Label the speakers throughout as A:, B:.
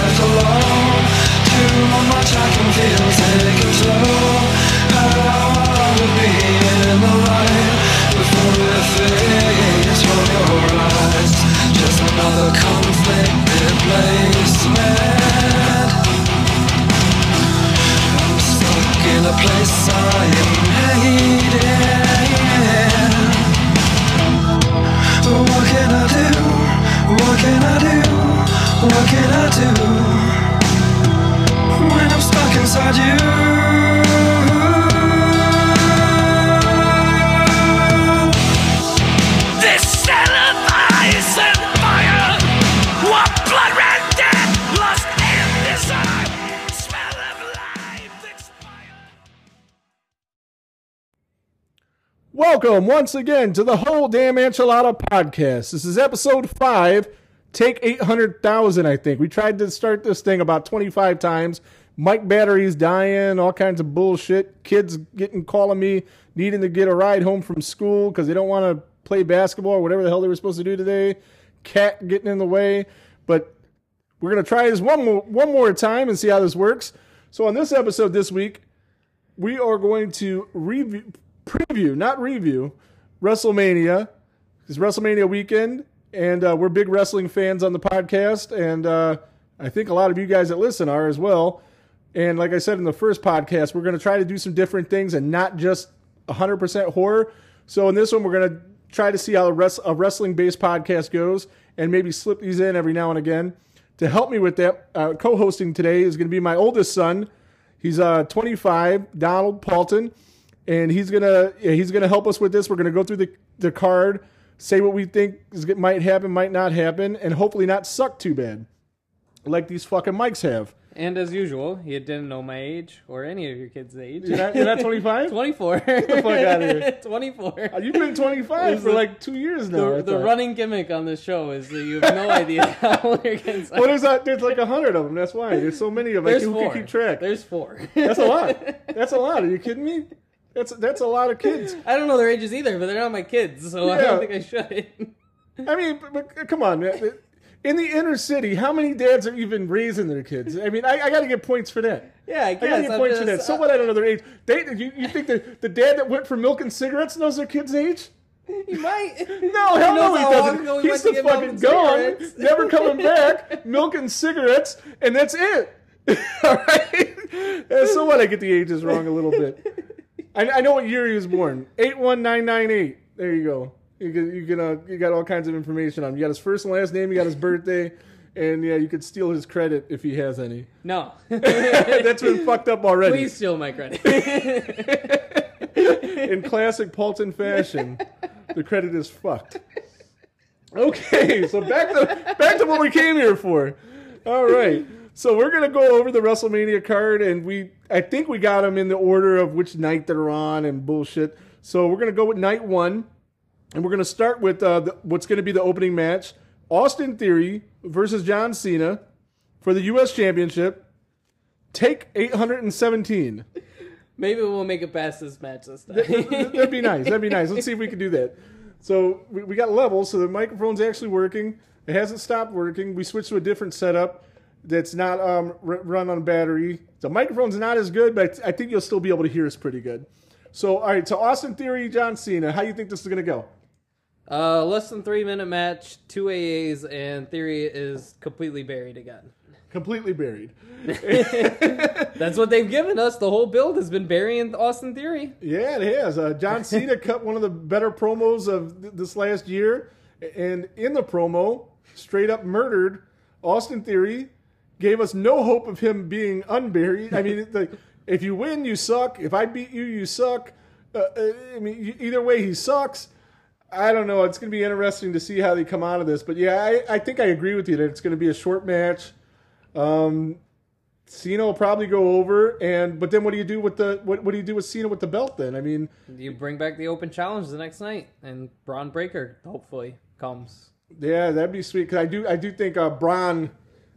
A: alone. Too much I can feel, take it slow. How I would be in the light before the face from your eyes. Just another conflicted placement. I'm stuck in a place I am hating. What can I do? What can I do? What can I do when I'm stuck inside you?
B: This cell of ice and fire. What blood red death lost in this eye. Smell of life expired.
C: Welcome once again to the whole damn enchilada podcast. This is episode five, take eight hundred thousand. I think we tried to start this thing about twenty five times. Mic batteries dying, all kinds of bullshit. Kids getting calling me, needing to get a ride home from school because they don't want to play basketball or whatever the hell they were supposed to do today. Cat getting in the way, but we're gonna try this one more one more time and see how this works. So on this episode this week, we are going to review, preview, not review, WrestleMania. It's WrestleMania weekend, and uh, we're big wrestling fans on the podcast, and uh, I think a lot of you guys that listen are as well. And like I said in the first podcast, we're going to try to do some different things and not just 100% horror. So in this one, we're going to try to see how a, res- a wrestling based podcast goes and maybe slip these in every now and again. To help me with that, uh, co hosting today is going to be my oldest son. He's uh 25, Donald Paulton, and he's gonna yeah, he's gonna help us with this. We're gonna go through the the card, say what we think is, might happen, might not happen, and hopefully not suck too bad, like these fucking mics have.
D: And as usual, you didn't know my age or any of your kids' age.
C: You're not, you're not 25.
D: 24.
C: outta here.
D: 24.
C: Uh, You've been 25
D: Is
C: for
D: the-
C: like two years now. I
D: the, the
C: thought.
D: running gimmick on this show is that you have no idea how old your kids
C: Well,
D: are.
C: there's, not, there's like a hundred of them. That's why there's so many of them. Like,
D: There's
C: who
D: four.
C: can keep track?
D: There's four.
C: That's a lot. That's a lot. Are you kidding me? That's that's a lot of kids.
D: I don't know their ages either, but they're not my kids, so I
C: Yeah.
D: don't think I should.
C: I mean, but, but come on, man. In the inner city, how many dads are even raising their kids? I mean, I, I got to get points for that.
D: Yeah, I
C: I got to
D: guess.
C: get
D: I'm
C: points
D: just, uh,
C: for that. So what? I don't know their age. They, you, you think that the dad that went for milk and cigarettes knows their kid's age?
D: You might.
C: No, Oh, hell no,
D: knows
C: he
D: how long ago
C: doesn't.
D: we
C: He's
D: went to
C: the
D: get milk
C: fucking
D: and
C: gone,
D: cigarettes.
C: never coming back. Milk and cigarettes, and that's it. All right. And so what? I get the ages wrong a little bit. I, I know what year he was born. Eight one nine nine eight. There you go. You can, you can uh, you got all kinds of information on. him. You got his first and last name. You got his birthday, and yeah, you could steal his credit if he has any.
D: No.
C: that's been fucked up already.
D: Please steal my credit.
C: in classic Paulton fashion, the credit is fucked. Okay, so back to back to what we came here for. All right, so we're gonna go over the WrestleMania card, and we I think we got them in the order of which night they're on and bullshit. So we're gonna go with night one, and we're gonna start with uh, the, what's gonna be the opening match: Austin Theory versus John Cena for the U.S. Championship. Take 817.
D: Maybe we'll make it past this match this time.
C: That'd be nice. That'd be nice. Let's see if we can do that. So we, we got levels, so the microphone's actually working. It hasn't stopped working. We switched to a different setup that's not um, r- run on battery. The microphone's not as good, but I think you'll still be able to hear us pretty good. So, all right. So Austin Theory, John Cena. How you think this is gonna go?
D: Uh, less than three minute match, two AAs, and Theory is completely buried again.
C: Completely buried.
D: That's what they've given us. The whole build has been burying Austin Theory.
C: Yeah, it has. Uh, John Cena cut one of the better promos of th- this last year, and in the promo, straight up murdered Austin Theory. Gave us no hope of him being unburied. I mean, the, if you win, you suck. If I beat you, you suck. Uh, uh, I mean, y- either way, he sucks. I don't know. It's going to be interesting to see how they come out of this. But yeah, I, I think I agree with you that it's going to be a short match. Um, Cena will probably go over, and but then what do you do with the what, what do you do with Cena with the belt? Then I mean,
D: You bring back the open challenge the next night, and Braun Breaker hopefully comes.
C: yeah, that'd be sweet because I do I do think uh, Braun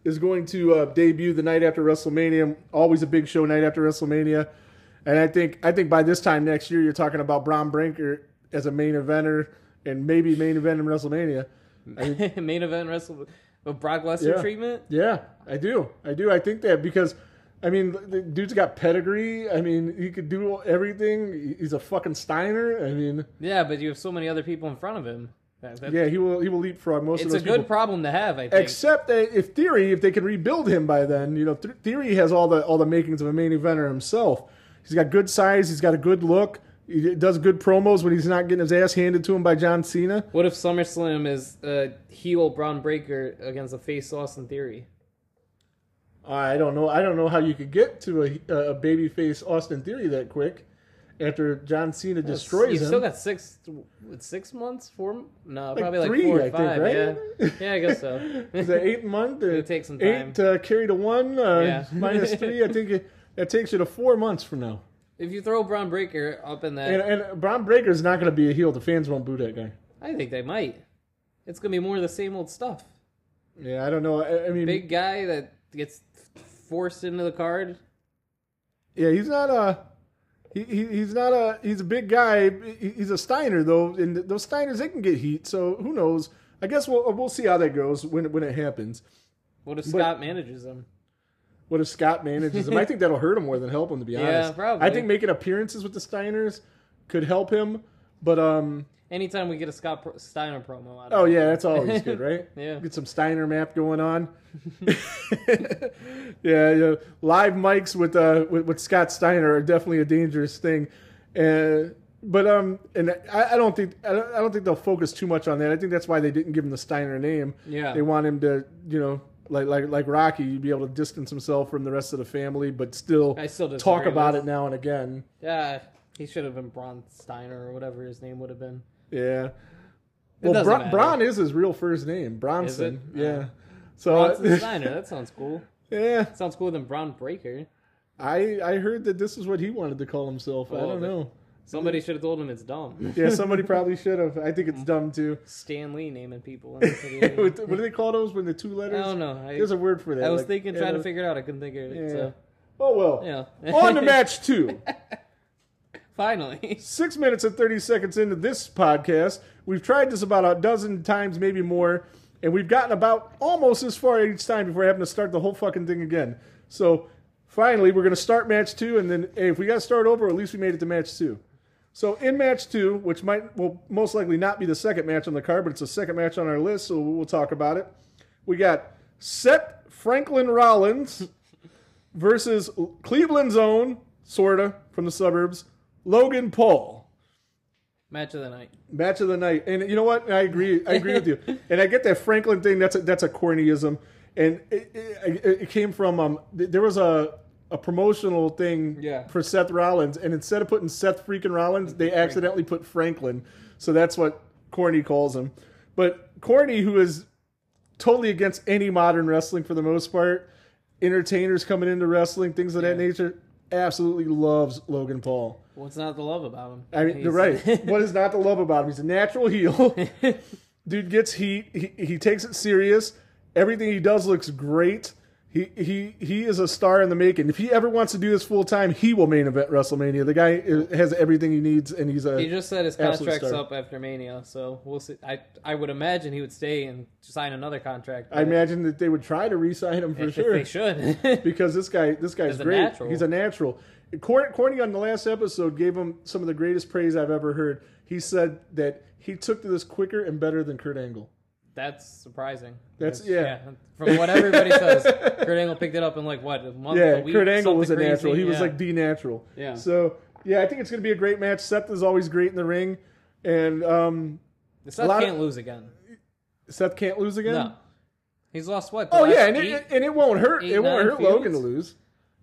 C: is going to uh, debut the night after WrestleMania. Always a big show night after WrestleMania, and I think I think by this time next year you're talking about Braun Breaker as a main eventer and maybe main event in WrestleMania.
D: Main event wrestle. With Brock Lesnar
C: Yeah.
D: treatment?
C: Yeah, I do. I do. I think that because, I mean, the- the dude's got pedigree. I mean, he could do everything. He's a fucking Steiner. I mean,
D: Yeah, but you have so many other people in front of him. That- that-
C: yeah, he will. He will leapfrog most of
D: it's a
C: those
D: good
C: people.
D: problem to have, I think.
C: Except that if Theory, if they can rebuild him by then, you know, Th- Theory has all the all the makings of a main eventer himself. He's got good size. He's got a good look. He does good promos when he's not getting his ass handed to him by John Cena.
D: what if SummerSlam is uh, heel Braun Breaker against a face Austin Theory?
C: I don't know. I don't know how you could get to a, a babyface Austin Theory that quick after John Cena destroys
D: You've
C: him.
D: still got six, what, six months? Four? No, probably like
C: three,
D: four or
C: I think,
D: five.
C: right?
D: Yeah, yeah, I guess so.
C: Is that eight month? It
D: take some
C: Eight uh, carry to one uh,
D: Yeah.
C: minus three. I think it, that takes you to four months from now.
D: if you throw Braun Breaker up in that,
C: And, and Braun Breaker is not going to be a heel. The fans won't boo that guy.
D: I think they might. It's gonna be more of the same old stuff.
C: Yeah, I don't know. I, I mean,
D: Big guy that gets forced into the card.
C: yeah, he's not a. He, he, he's not a he's a big guy. He- He's a Steiner though, and those Steiners they can get heat. So who knows? I guess we'll we'll see how that goes when when it happens.
D: What if Scott manages him?
C: What if Scott manages him? I think that'll hurt him more than help him. To be honest,
D: probably.
C: I think making appearances with the Steiners could help him, but um,
D: Anytime we get a Scott Pro- Steiner promo out of
C: Oh
D: it.
C: yeah, that's always good, right?
D: Yeah.
C: Get some Steiner map going on. yeah, yeah. Live mics with uh with, with Scott Steiner are definitely a dangerous thing. Uh, but um, and I, I don't think I don't, I don't think they'll focus too much on that. I think that's why they didn't give him the Steiner name.
D: Yeah.
C: they want him to you know like like like Rocky, you'd be able to distance himself from the rest of the family, but still,
D: I still
C: talk
D: disagree
C: about
D: with-
C: it now and again.
D: Yeah, he should have been Braun Steiner or whatever his name would have been.
C: Yeah.
D: It
C: Well,
D: doesn't
C: Bra-
D: matter.
C: Braun is his real first name, Bronson.
D: it? Uh,
C: Yeah. So
D: Bronson Steiner. That sounds cool.
C: yeah,
D: Sounds cooler than Braun Breaker.
C: I I heard that this is what he wanted to call himself. I
D: Well,
C: don't
D: the-
C: know.
D: Somebody
C: Mm-hmm.
D: should have told him it's dumb.
C: Yeah, somebody probably should have. I think it's dumb too.
D: Stan Lee naming people. In the
C: what
D: video.
C: do they call those when the two letters?
D: I don't know. I,
C: There's a word for that.
D: I was
C: like-
D: thinking,
C: yeah,
D: trying to
C: those-
D: figure it out. I couldn't think of it.
C: Yeah.
D: So
C: Oh well.
D: yeah.
C: On to match two.
D: Finally.
C: Six minutes and thirty seconds into this podcast, we've tried this about a dozen times, maybe more, and we've gotten about almost this far each time before having to start the whole fucking thing again. So finally, we're gonna start match two, and then hey, if we gotta start over, at least we made it to match two. So in match two, which might will most likely not be the second match on the card, but it's the second match on our list, so we'll talk about it. We got Seth Franklin Rollins versus Cleveland's own sorta from the suburbs, Logan Paul.
D: Match of the night.
C: Match of the night, and you know what? I agree. I agree with you, and I get that Franklin thing. That's a, that's a cornyism, and it, it, it came from um. th- There was a a promotional thing
D: Yeah.
C: for Seth Rollins, and instead of putting Seth freaking Rollins, they accidentally put Franklin. So that's what Corny calls him. But Corny, who is totally against any modern wrestling for the most part, entertainers coming into wrestling, things of that nature, absolutely loves Logan Paul.
D: What's not to love about him?
C: I mean,
D: He's-
C: you're right. what is not to love about him? He's a natural heel. Dude gets heat. He, he takes it serious. Everything he does looks great. He he he is a star in the making. If he ever wants to do this full time, he will main event WrestleMania. The guy is, has everything he needs, and he's a
D: He just said his
C: Absolute
D: contract's
C: star.
D: up after Mania, so we'll see. I I would imagine he would stay and sign another contract.
C: I imagine that they would try to re-sign him for
D: if
C: sure.
D: they should.
C: because this guy this guy's
D: He's a
C: great.
D: natural.
C: He's a natural. Cor- Corny on the last episode gave him some of the greatest praise I've ever heard. He said that he took to this quicker and better than Kurt Angle.
D: That's surprising.
C: That's- yeah.
D: From what everybody says, Kurt Angle picked it up in like what a month.
C: Yeah,
D: a week,
C: Kurt Angle was a
D: something crazy.
C: natural. He was
D: Yeah.
C: like the natural.
D: Yeah.
C: So yeah, I think it's going to be a great match. Seth is always great in the ring, and um,
D: Seth
C: lot of-
D: can't lose again.
C: Seth can't lose again.
D: No, he's lost what? the
C: Oh
D: last
C: yeah, and
D: eight?
C: it, and it won't hurt.
D: eight,
C: it won't
D: nine
C: hurt
D: feuds?
C: Logan to lose.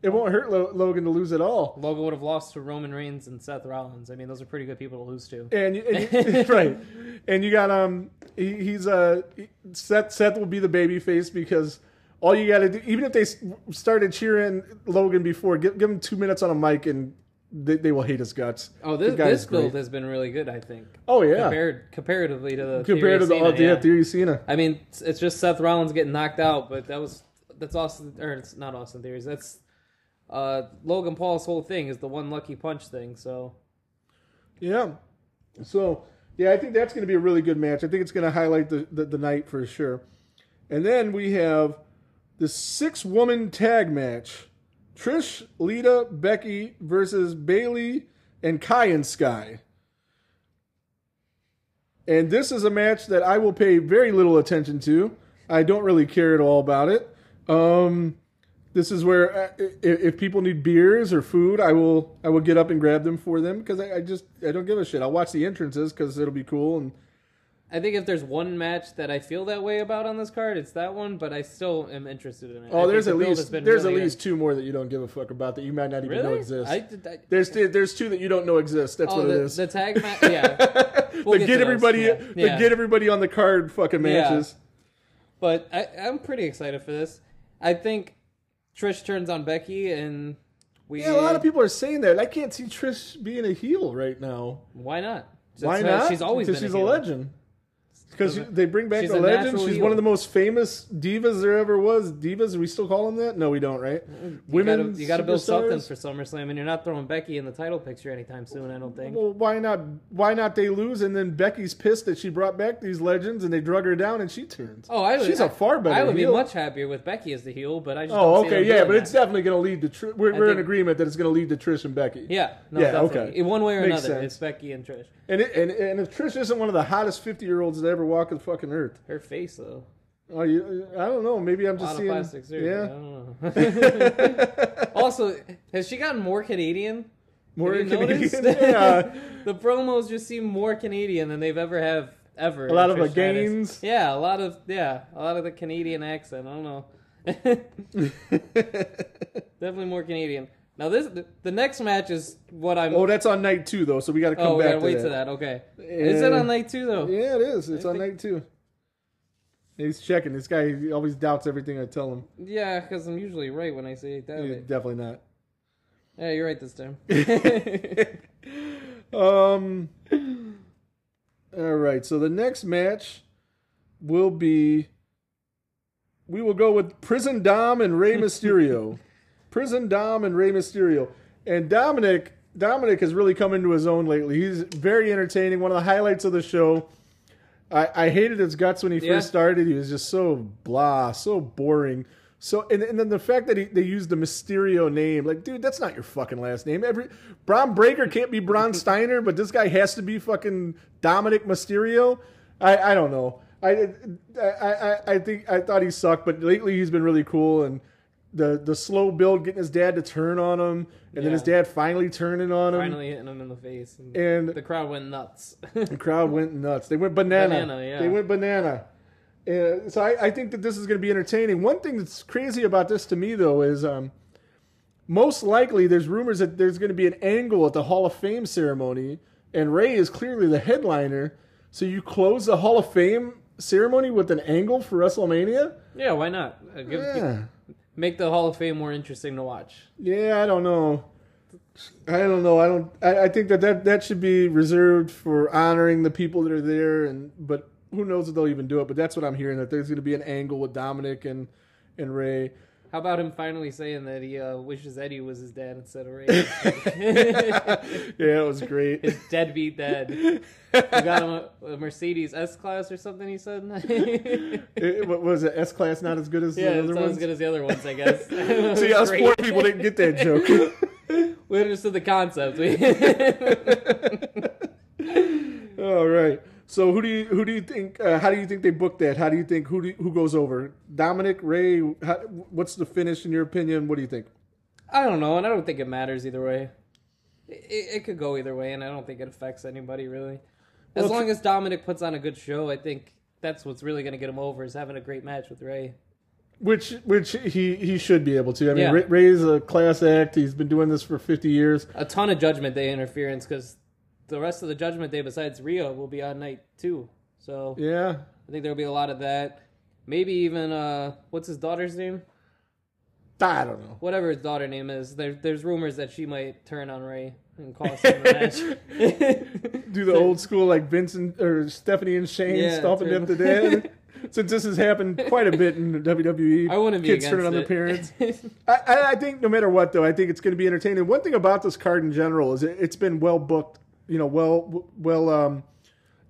C: It won't hurt Lo- Logan to lose at all.
D: Logan would have lost to Roman Reigns and Seth Rollins. I mean, those are pretty good people to lose to.
C: And, you- and you, right, and you got um, he, he's uh, he- Seth. Seth will be the baby face because all you got to do, even if they s- started cheering Logan before, give, give him two minutes on a mic and they, they will hate his guts.
D: Oh,
C: The
D: this,
C: guy
D: this
C: is great.
D: build has been really good. I think.
C: Oh yeah,
D: Compared comparatively to the
C: compared to the
D: Theory
C: oh,
D: of Cena,
C: yeah,
D: yeah.
C: Theory Cena.
D: I mean, it's- it's just Seth Rollins getting knocked out, but that was that's Austin or it's not Austin Theories. That's uh, Logan Paul's whole thing is the one lucky punch thing. So
C: Yeah. So yeah, I think that's going to be a really good match. I think it's going to highlight the, the the night for sure. And then we have the six woman tag match Trish, Lita, Becky versus Bailey and Kai and Sky. And this is a match that I will pay very little attention to. I don't really care at all about it. Um, this is where uh, i- if people need beers or food, I will I will get up and grab them for them because I, I just I don't give a shit. I'll watch the entrances because it'll be cool and
D: I think if there's one match that I feel that way about on this card, it's that one. But I still am interested in it. I
C: Oh,
D: think
C: there's
D: the
C: at
D: build
C: least
D: has been
C: there's
D: really
C: at least
D: good.
C: two more that you don't give a fuck about that you might not even know
D: really.
C: exist.
D: I, did- I-
C: there's th- there's two that you don't know exist. That's
D: oh,
C: what it
D: the,
C: is.
D: the tag match. Yeah,
C: the
D: we'll
C: get,
D: get to those,
C: everybody
D: yeah.
C: the
D: Yeah.
C: get everybody on the card fucking
D: Yeah.
C: matches.
D: but I, I'm pretty excited for this. I think Trish turns on Becky, and we.
C: Yeah. a lot of people are saying that. I can't see Trish being a heel right now.
D: Why not?
C: Why
D: That's how-
C: not?
D: She's always
C: because
D: been
C: she's
D: a,
C: a,
D: heel.
C: legend. Because
D: Doesn't-
C: they bring back
D: She's
C: the
D: a
C: legend.
D: natural
C: She's
D: heel.
C: one of the most famous divas there ever was. Divas, we still call them that? No, we don't, right?
D: You
C: Women,
D: gotta, you gotta build something
C: superstars?
D: for SummerSlam, and you're not throwing Becky in the title picture anytime soon. I don't think.
C: Well, why not? Why not? They lose, and then Becky's pissed that she brought back these legends, and they drug her down, and she turns.
D: Oh, I would,
C: she's a far better.
D: I would
C: heel.
D: be much happier with Becky as the heel, but I just don't
C: Oh,
D: see
C: okay,
D: them
C: yeah,
D: doing
C: but
D: that.
C: it's definitely going to lead to. Tr- we're we're in
D: think-
C: agreement that it's going to lead to Trish and Becky.
D: yeah, no,
C: Yeah,
D: definitely.
C: okay.
D: In one way or
C: Makes
D: another,
C: sense.
D: it's Becky and Trish.
C: And, it, and and if Trish isn't one of the hottest fifty year olds that ever walked the fucking earth,
D: Her face though,
C: oh, you, I don't know. Maybe I'm
D: a lot
C: just seeing.
D: of plastic surgery. I
C: yeah,
D: don't know. also, has she gotten more Canadian?
C: more
D: Have you
C: Canadian.
D: noticed?
C: yeah,
D: The promos just seem more Canadian than they've ever have ever.
C: a lot of
D: Trish
C: the
D: Stratus.
C: gains.
D: Yeah, a lot of yeah, a lot of the Canadian accent. I don't know. Definitely more Canadian. Now this the next match is what I'm.
C: Oh, that's on night two though, so we got to come
D: oh, we
C: back
D: gotta
C: to,
D: wait
C: that.
D: to that. Okay, is it
C: Yeah.
D: on night two though?
C: Yeah, it is. It's on
D: think-
C: night two. He's checking. This guy he always doubts everything I tell him.
D: Yeah, because I'm usually right when I say that.
C: He's definitely not.
D: Yeah, you're right this time.
C: Um. All right. So the next match will be. We will go with Prison Dom and Rey Mysterio. Prison Dom and Rey Mysterio. And Dominic Dominic has really come into his own lately. He's very entertaining. One of the highlights of the show. I, I hated his guts when he
D: Yeah.
C: first started. He was just so blah, so boring. So and, and then the fact that he, they used the Mysterio name, like, dude, that's not your fucking last name. Every Braun Breaker can't be Braun Steiner, but this guy has to be fucking Dominic Mysterio. I, I don't know. I, I I I think I thought he sucked, but lately he's been really cool and the the slow build getting his dad to turn on him, and then
D: Yeah.
C: his dad finally turning on him.
D: Finally hitting him in the face, and
C: And
D: the crowd went nuts.
C: the crowd went nuts. They went banana.
D: Banana, yeah.
C: They went banana. Uh, so I, I think that this is going to be entertaining. One thing that's crazy about this to me though is um, most likely there's rumors that there's going to be an angle at the Hall of Fame ceremony, and Ray is clearly the headliner. So you close the Hall of Fame ceremony with an angle for WrestleMania?
D: yeah, why not? Uh, give-
C: Yeah.
D: Make the Hall of Fame more interesting to watch.
C: Yeah, I don't know. I don't know. I don't. I, I think that, that that should be reserved for honoring the people that are there, and but who knows if they'll even do it. But that's what I'm hearing that there's going to be an angle with Dominic and and Ray.
D: How about him finally saying that he uh, wishes Eddie was his dad instead of Ray?
C: Yeah, it was great.
D: his deadbeat dad. You got him a, a Mercedes S class or something. He said.
C: It- what was it? S class not as good as
D: yeah,
C: the
D: it's
C: other
D: not
C: ones.
D: as good as the other ones, I guess.
C: See, us poor people didn't get that joke.
D: We understood the concept. We-
C: All right. So who do you who do you think? Uh, how do you think they booked that? How do you think who do you- who goes over? Dominic, Ray. How, what's the finish in your opinion? What do you think?
D: I don't know, and I don't think it matters either way. It, it, it could go either way, and I don't think it affects anybody really. As
C: Well,
D: long as Dominic puts on a good show, I think that's what's really going to get him over is having a great match with Ray.
C: Which which he he should be able to. I mean,
D: Yeah.
C: Ray, Ray's a class act. He's been doing this for fifty years.
D: A ton of Judgment Day interference because the rest of the Judgment Day besides Rio will be on night two. So
C: Yeah,
D: I think there'll be a lot of that. Maybe even uh, what's his daughter's name?
C: I don't know.
D: Whatever his daughter name is. There, there's rumors that she might turn on Ray and cost him the match.
C: Do the old school like Vincent or Stephanie and Shane
D: Yeah,
C: stomping
D: true.
C: up the dad. Since this has happened quite a bit in the WWE,
D: I wouldn't be
C: kids
D: against
C: turning on their
D: it.
C: parents. I, I, I think no matter what, though, I think it's going to be entertaining. One thing about this card in general is it, it's been well booked, you know, well well um,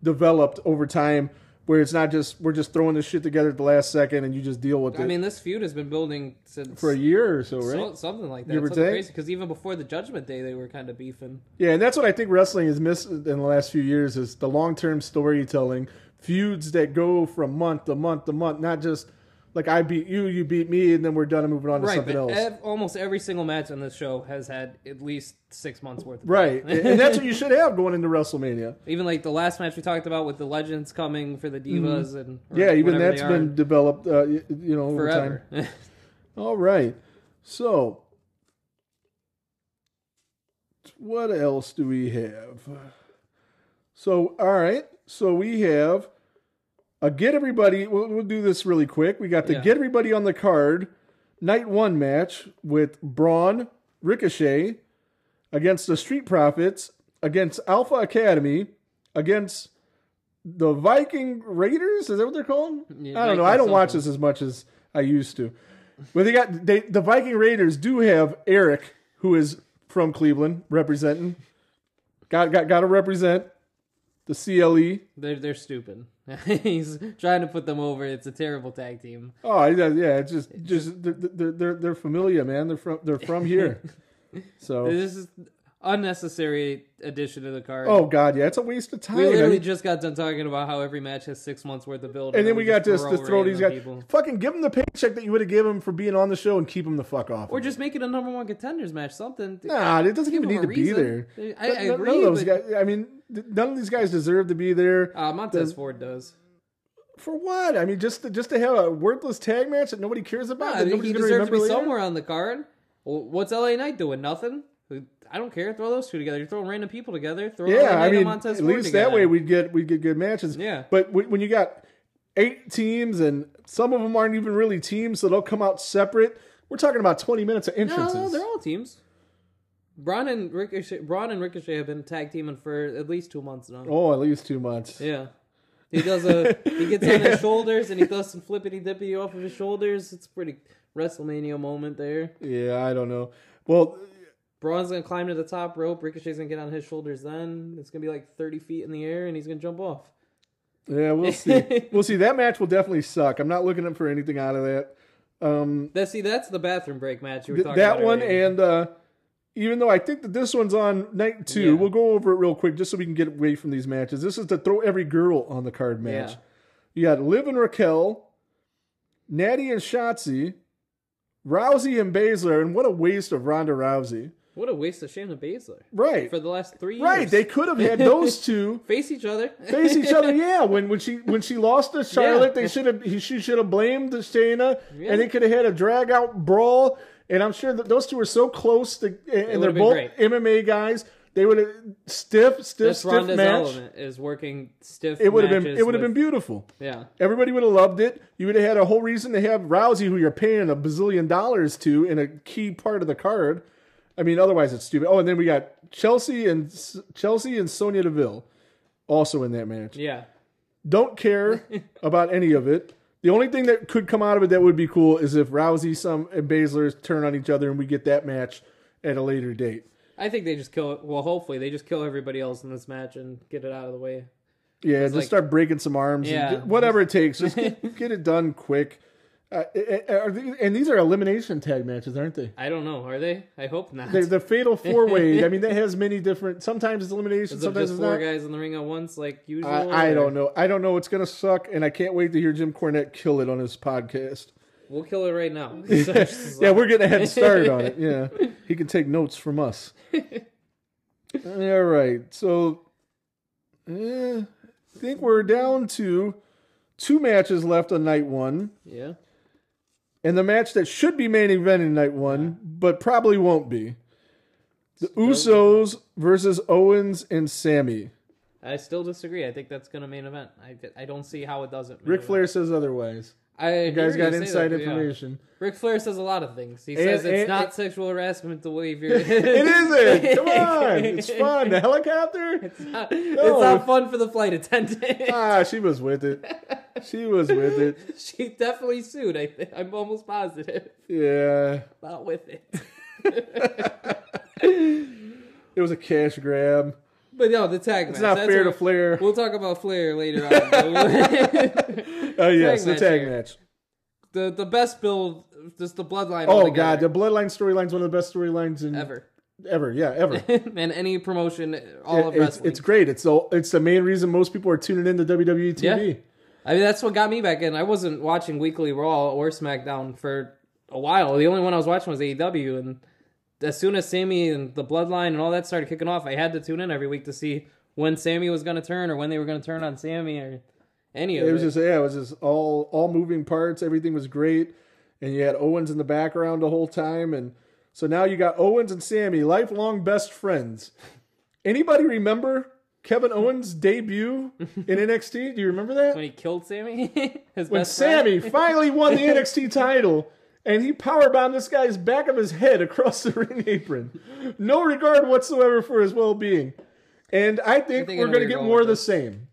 C: developed over time. where it's not just we're just throwing this shit together at the last second and you just deal with it
D: I mean, this feud has been building since
C: for a year or so, right?
D: so- something like that.
C: Give or
D: Something
C: take.
D: crazy because even before the Judgment Day, they were kind of beefing.
C: Yeah, and that's what I think wrestling has missed in the last few years is the long term storytelling, feuds that go from month to month to month, not just like I beat you, you beat me, and then we're done and moving on to
D: Right,
C: something
D: but
C: else.
D: ev- almost every single match on this show has had at least six months worth. Of
C: right, and and that's what you should have going into WrestleMania.
D: Even like the last match we talked about with the legends coming for the divas and or
C: Mm-hmm. Yeah, even
D: whatever
C: that's
D: they are,
C: been developed, uh, y- you know, over time.
D: forever.
C: All right. So, what else do we have? So, all right. So we have a Uh, get everybody. We'll, we'll do this really quick. We got the
D: Yeah.
C: get everybody on the card night one match with Braun Ricochet against the Street Profits against Alpha Academy against the Viking Raiders. Is that what they're called?
D: Yeah,
C: I don't know.
D: Viking
C: I don't watch
D: something.
C: this as much as I used to. Well, they got they, the Viking Raiders do have Eric, who is from Cleveland, representing. Got got got to represent the E. CLE.
D: they're they're stupid. He's trying to put them over. It's a terrible tag team.
C: Oh I- yeah, it's just just they're they're they're, they're familiar, man. They're from they're from here. So
D: This is unnecessary addition to the card.
C: oh god, yeah, it's a waste of time. I
D: we literally
C: mean-
D: just got done talking about how every match has six months worth of build,
C: and then we got
D: just
C: this to
D: throw
C: throw these guys.
D: random people.
C: Fucking give them the paycheck that you would have given them for being on the show and keep them the fuck off.
D: Or just make it a number one contenders match. Something.
C: Nah, it doesn't even
D: them
C: need
D: a
C: to be
D: reason.
C: there.
D: I- I
C: None- none
D: agree,
C: of those
D: but-
C: guys, I mean, th- none of these guys deserve to be there.
D: Uh, Montez Ford does.
C: For what? I mean, just to, just to have a worthless tag match that nobody cares about.
D: Nah,
C: that
D: I think
C: nobody's
D: he
C: gonna
D: deserves
C: remember
D: to be
C: later?
D: somewhere on the card. Well, what's LA Knight doing? Nothing. I don't care. Throw those two together. You're throwing random people together. Throw LA
C: Yeah,
D: Knight
C: I
D: and
C: mean, at
D: Montez
C: least
D: Ford
C: that
D: together.
C: way we'd get we would get good matches.
D: Yeah.
C: But w- when you got eight teams and some of them aren't even really teams, so they'll come out separate. We're talking about twenty minutes of
D: No,
C: entrances.
D: no, they're all teams. Braun and Ricochet, Braun and Ricochet have been tag teaming for at least two months now.
C: oh, at least two months.
D: Yeah. He does a he gets on his shoulders and he does some flippity dippity off of his shoulders. It's a pretty WrestleMania moment there.
C: Yeah, I don't know. Well,
D: Braun's gonna climb to the top rope. Ricochet's gonna get on his shoulders. Then it's gonna be like thirty feet in the air and he's gonna jump off.
C: yeah, we'll see. we'll see. That match will definitely suck. I'm not looking up for anything out of that. Um,
D: That see, that's the bathroom break match you were
C: th-
D: talking about.
C: that one
D: earlier.
C: and uh, even though I think that this one's on night two,
D: Yeah.
C: we'll go over it real quick just so we can get away from these matches. This is the throw every girl on the card match.
D: yeah,
C: You got Liv and Raquel, Natty and Shotzi, Rousey and Baszler, and what a waste of Ronda Rousey.
D: what a waste of Shannon Baszler
C: Right.
D: for the last three years.
C: right. They could have had those two
D: face each other.
C: face each other. Yeah, when when she when she lost to Charlotte, they should have he, she should have blamed Shayna,
D: Yeah.
C: and they could have had a drag out brawl. And I'm sure that those two are so close, to, and, and they're
D: would've been
C: both
D: great.
C: MMA guys. They would have stiff, stiff,
D: That's
C: stiff
D: Ronda's
C: match.
D: element is working stiff.
C: It would have been
D: matches
C: it would have
D: with-
C: been beautiful.
D: yeah.
C: Everybody would have loved it. You would have had a whole reason to have Rousey, who you're paying a bazillion dollars to, in a key part of the card. I mean, otherwise it's stupid. Oh, and then we got Chelsea and Chelsea and Sonya Deville, also in that match.
D: Yeah.
C: Don't care about any of it. The only thing that could come out of it that would be cool is if Rousey, some and Baszler turn on each other, and we get that match at a later date.
D: I think they just kill. Well, hopefully they just kill everybody else in this match and get it out of the way.
C: Yeah, just
D: like-
C: start breaking some arms.
D: Yeah.
C: And ju- whatever it takes, just get, get it done quick. Uh, eh, eh, are these- and these are elimination tag matches, aren't they?
D: I don't know. Are they? I hope not.
C: The, the fatal four way. I mean, that has many different. Sometimes it's elimination.
D: Is it
C: sometimes
D: just
C: it's
D: four
C: not.
D: guys in the ring at once, like usual?
C: I, I
D: or-
C: don't know. I don't know. It's gonna suck, and I can't wait to hear Jim Cornette kill it on his podcast.
D: We'll kill it right now.
C: Yeah, we're getting a head start on it. Yeah, he can take notes from us. All right, so eh, I think we're down to two matches left on night one.
D: yeah.
C: and the match that should be main event in night one, but probably won't be. The Usos versus Owens and Sammy.
D: I still disagree. I think that's going to main event. I, I don't see how it doesn't. main
C: Ric
D: event.
C: Flair says otherwise.
D: I
C: You guys got inside information.
D: Ric Flair says a lot of things. He
C: And-
D: says it's
C: and-
D: not sexual harassment the way you're. it's
C: It isn't. Come on, it's fun. The helicopter.
D: not,
C: No.
D: fun for the flight attendant.
C: Ah, she was with it. She was with it.
D: she definitely sued. I think I'm almost positive.
C: Yeah,
D: Not with it.
C: it was a cash grab.
D: But no, the tag match.
C: not
D: that's
C: fair to
D: what-
C: Flair.
D: We'll talk about Flair later on. but-
C: Oh yes, the
D: match
C: tag
D: here.
C: match.
D: the the best build, just the bloodline.
C: Oh god,
D: altogether,
C: the Bloodline storyline's one of the best storylines in
D: ever.
C: ever. Yeah, ever.
D: and any promotion, all of
C: It- it's,
D: wrestling.
C: it's great. It's the it's the main reason most people are tuning into E WWE TV.
D: I mean, that's what got me back in. I wasn't watching Weekly Raw or SmackDown for a while. The only one I was watching was AEW, and as soon as Sammy and the Bloodline and all that started kicking off, I had to tune in every week to see when Sammy was going to turn or when they were going to turn on Sammy or any of it.
C: It was just yeah, it was just all all moving parts. Everything was great, and you had Owens in the background the whole time, and so now you got Owens and Sammy, lifelong best friends. Anybody remember Kevin Owens' debut in NXT? Do you remember that?
D: when he killed Sammy, his
C: when
D: best friend.
C: Sammy finally won the NXT title and he powerbound this guy's back of his head across the ring apron. No regard whatsoever for his well being. And I think,
D: think I
C: we're going to
D: know where you're
C: get
D: going
C: more of
D: with
C: the
D: this.
C: same